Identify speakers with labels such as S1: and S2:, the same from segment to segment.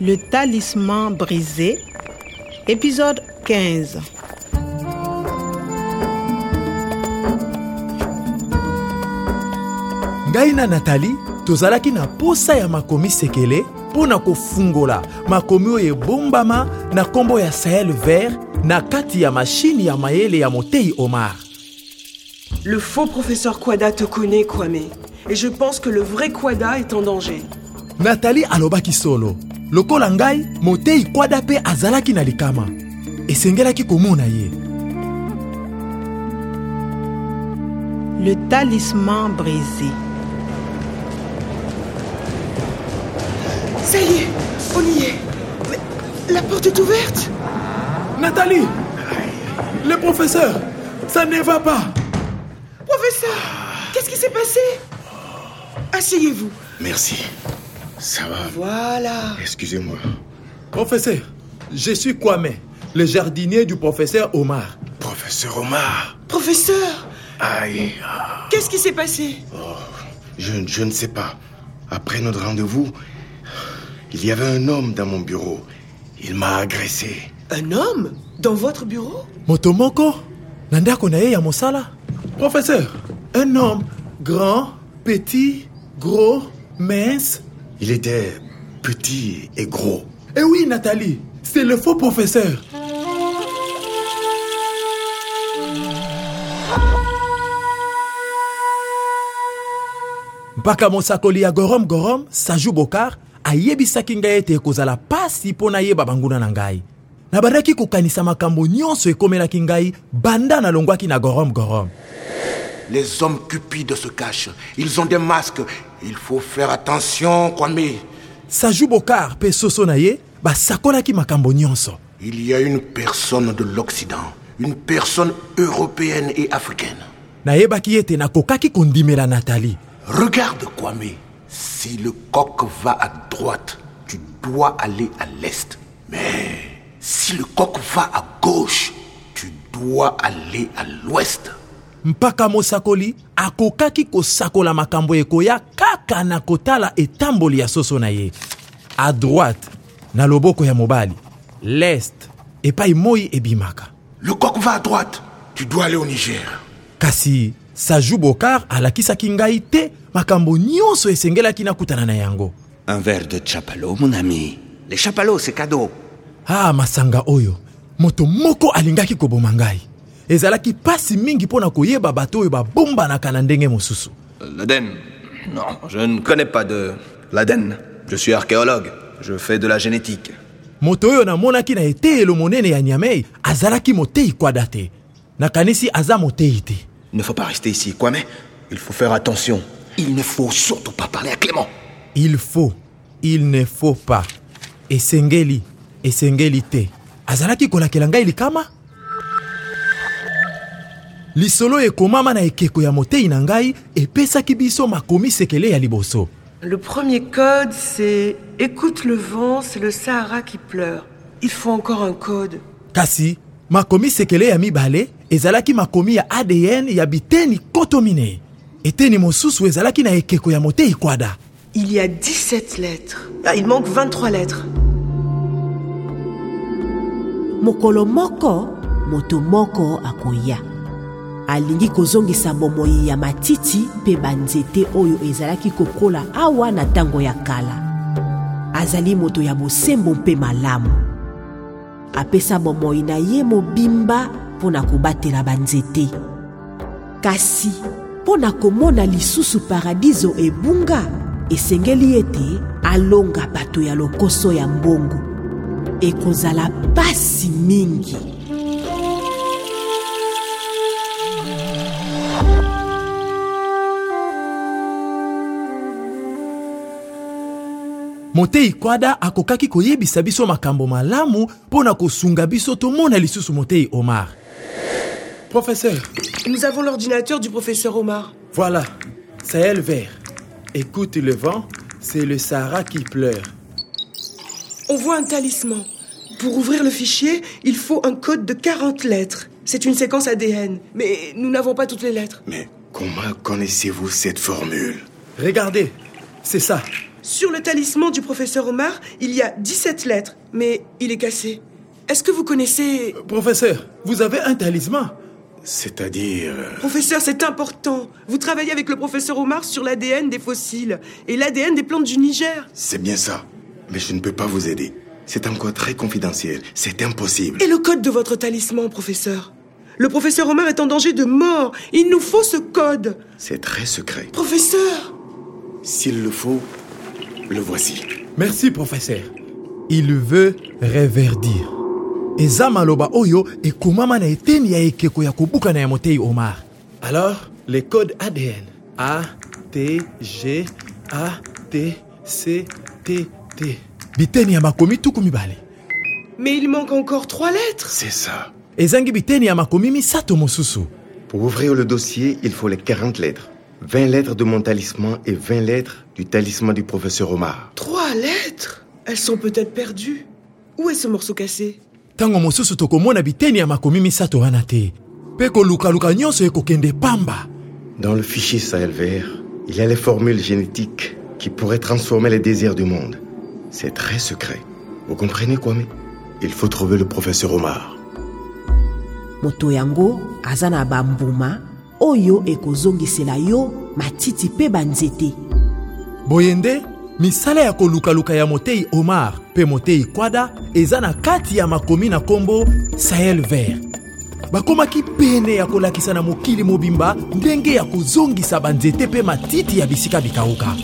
S1: Le talisman brisé, épisode 15.
S2: ngai na natali tozalaki na posa ya makomi sekele mpo na kofungola makomi oyo ebombama na nkombo ya sahel vert na kati ya mashini ya mayele ya motei omar
S3: Le faux professeur Quada te connaît, Kwame. Et je pense que le vrai Quada est en danger.
S2: natali alobaki solo lokola ngai motei kwada mpe azalaki na likama esengelaki komona ye
S1: Le talisman brisé.
S3: Ça y est, on y est. Mais la porte est ouverte
S2: natali le professeur ça ne va pas
S3: Professeur Qu'est-ce qui s'est passé Asseyez-vous.
S4: Merci. Ça va.
S3: Voilà.
S4: Excusez-moi.
S2: professeur je suis kwame le jardinier du professeur omar
S4: Professeur Omar.
S3: Professeur
S4: Aïe.
S3: Qu'est-ce qui s'est passé
S4: Je, je ne sais pas. Après notre rendez-vous, il y avait un homme dans mon bureau. Il m'a agressé.
S3: Un homme Dans votre bureau
S2: moto moko na ndako na ye ya mosala professeur un homme grand petit gros mince
S4: Il était petit et gros.
S2: eh oui nathalie c'est le faux professeur mpaka mosakoli ya gorom gorom saju bokar ayebisaki ngai ete ekozala pasi mpo nayeba banguna na ngai nabandaki kokanisa makambo nyonso ekomelaki ngai banda nalongwaki na gorom gorom
S5: Les hommes cupides se cachent. Ils ont des masques. Il faut faire attention, Kwame.
S2: saju bokar mpe soso na ye basakolaki makambo nyonso
S5: Il y a une personne de l'Occident, une personne européenne et africaine.
S2: nayebaki ete nakokaki kondimela nathalie
S5: Regarde, Kwame. Si le coq va à droite, tu dois aller à l'est. Mais si le coq va à gauche, tu dois aller à l'ouest.
S2: mpaka mosakoli akokaki kosakola makambo ekoya kaka na kotala etamboli ya soso na ye a droite na loboko ya mobali leste epai moi ebimaka
S5: Le coq va à droite, tu dois aller au Niger.
S2: kasi saju bokar alakisaki ngai te makambo nyonso esengelaki nakutana na yango
S6: Un verre de chapalot, mon ami. Les chapalots, c'est cadeau.
S2: ah masanga oyo moto moko alingaki koboma ngai ezalaki pasi mingi mpo na koyeba bato oyo babombanaka na ndenge mosusu
S7: L'Aden Non, je ne connais pas de l'Aden. Je suis archéologue. Je fais de la génétique.
S2: moto oyo namonaki na eteyelo monene ya nyamei azalaki moteyi kwada te nakanisi aza moteyi te
S7: Il ne faut pas rester ici, quoi, mais il faut faire attention. Il ne faut surtout pas parler à Clément.
S2: il faut il ne faut pas esengeli esengeli te azalaki kolakela ngai likama lisolo ekomama na ekeko ya moteyi na ngai epesaki biso makomi sekele ya liboso
S3: Le premier code, c'est Écoute le vent, c'est le Sahara qui pleure. Il faut encore un code.
S2: kasi makomi sekele ya mibale ezalaki makomi ya adn ya biteni nkoto minei eteni mosusu ezalaki na ekeko ya moteyi kwada
S3: Il y a 17 lettres. Ah, il manque 23 lettres.
S8: mokolo moko moto moko akoya alingi kozongisa bomoi ya matiti mpe banzete oyo ezalaki kokola awa na ntango ya kala azali moto ya bosembo mpe malamu apesa bomoi na ye mobimba mpo na kobatela banzete kasi mpo na komona lisusu paradiso ebunga esengeli ete alonga bato ya lokoso ya mbongo ekozala pasi mingi
S2: moteyi kwada akokaki koyebisa biso makambo malamu mpo na kosunga biso tomona lisusu moteyi omar professeur
S3: Nous avons l'ordinateur du professeur Omar.
S2: voilà sahel vert écoute le vent c'est le sahara qui pleure
S3: On voit un talisman. Pour ouvrir le fichier, il faut un code de 40 lettres. C'est une séquence ADN, mais nous n'avons pas toutes les lettres.
S4: Mais comment connaissez-vous cette formule
S2: regardez c'est ça
S3: Sur le talisman du professeur Omar, il y a 17 lettres, mais il est cassé. Est-ce que vous connaissez...
S2: Professeur, vous avez un talisman
S4: C'est-à-dire... euh,
S3: Professeur, c'est important. Vous travaillez avec le professeur Omar sur l'ADN des fossiles et l'ADN des plantes du Niger.
S4: C'est bien ça. Mais je ne peux pas vous aider. C'est encore très confidentiel. C'est impossible.
S3: Et le code de votre talisman, professeur Le professeur Omar est en danger de mort. Il nous faut ce code.
S4: C'est très secret.
S3: Professeur
S4: S'il le faut, le voici.
S2: Merci, professeur. Il veut reverdir. eza maloba oyo ekomama na eteni ya ekeko ya kobukana ya motei omar alors le code adn a t g a t c t t biteni ya makomi tuku mibale
S3: Mais il manque encore trois lettres.
S4: C'est ça.
S2: ezangi biteni ya makomi misato mosusu
S4: Pour ouvrir le dossier, il faut les 40 lettres. 20 lettres de mon talisman et 20 lettres du talisman du professeur Omar.
S3: Trois lettres Elles sont peut-être perdues. Où est ce morceau cassé
S2: ntango mosusu tokomona biteni ya makomi misato wana te mpe kolukaluka nyonso ekokende pamba
S4: Dans le fichier Sahel vert, il y a les formules génétiques qui pourraient transformer les désirs du monde. C'est très secret. Vous comprenez, Kwame Il faut trouver le professeur Omar.
S8: moto yango aza na bambuma oyo ekozongisela yo matiti mpe banzete
S2: boye nde misala ya kolukaluka ya motei omar mpe motei kwada eza na kati ya makomi na nkombo sahel vert bakomaki pene ya kolakisa na mokili mobimba ndenge ya kozongisa banzete mpe matiti ya bisika bikauka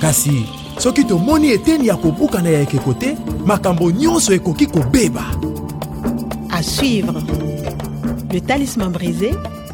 S2: kasi soki tomoni eteni ya kobukana ya ekeko te makambo nyonso ekoki kobeba
S1: À suivre. Le Talisman brisé,